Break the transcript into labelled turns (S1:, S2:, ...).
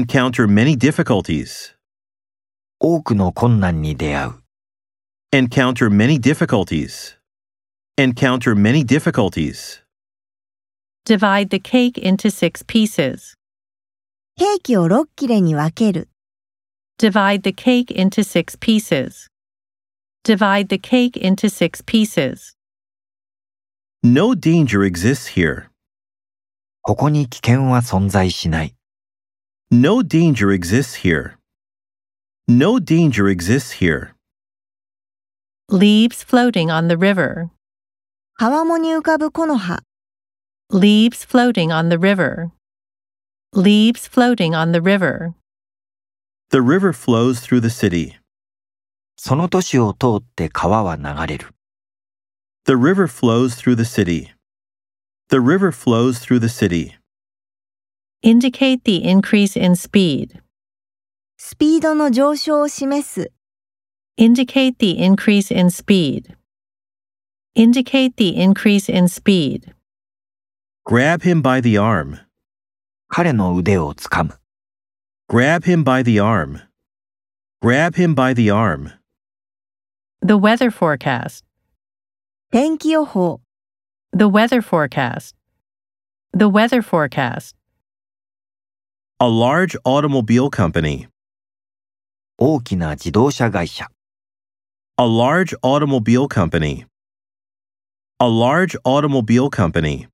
S1: encounter many difficulties,
S2: 多くの困難に出会う。
S1: encounter many difficulties, encounter many difficulties,
S3: Divide the cake into six pieces.
S4: ケーキを6切れに分ける。
S3: Divide the cake into six pieces. Divide the cake into six pieces.
S1: no danger exists here,
S2: ここに危険は存在しない。
S1: no danger exists here, no danger exists here.
S3: Leaves floating on the river.
S4: 川面に浮かぶ木の葉。
S3: Leaves floating on the river. Leaves floating on the river.
S1: The river flows through the city.
S2: その都市を通って川は流れる。
S1: The river flows through the city. The river flows through the city.
S3: Indicate the increase in speed.
S4: スピードの上昇を示す。
S3: Indicate the increase in speed. Indicate the increase in speed.
S1: Grab him by the arm.
S2: 彼の腕をつかむ。
S1: Grab him by the arm. Grab him by the arm.
S3: The weather forecast.
S4: 天気予報。
S3: The weather forecast. The weather forecast.
S1: A large automobile company.
S2: 大きな自動車会社。
S1: A large automobile company. A large automobile company.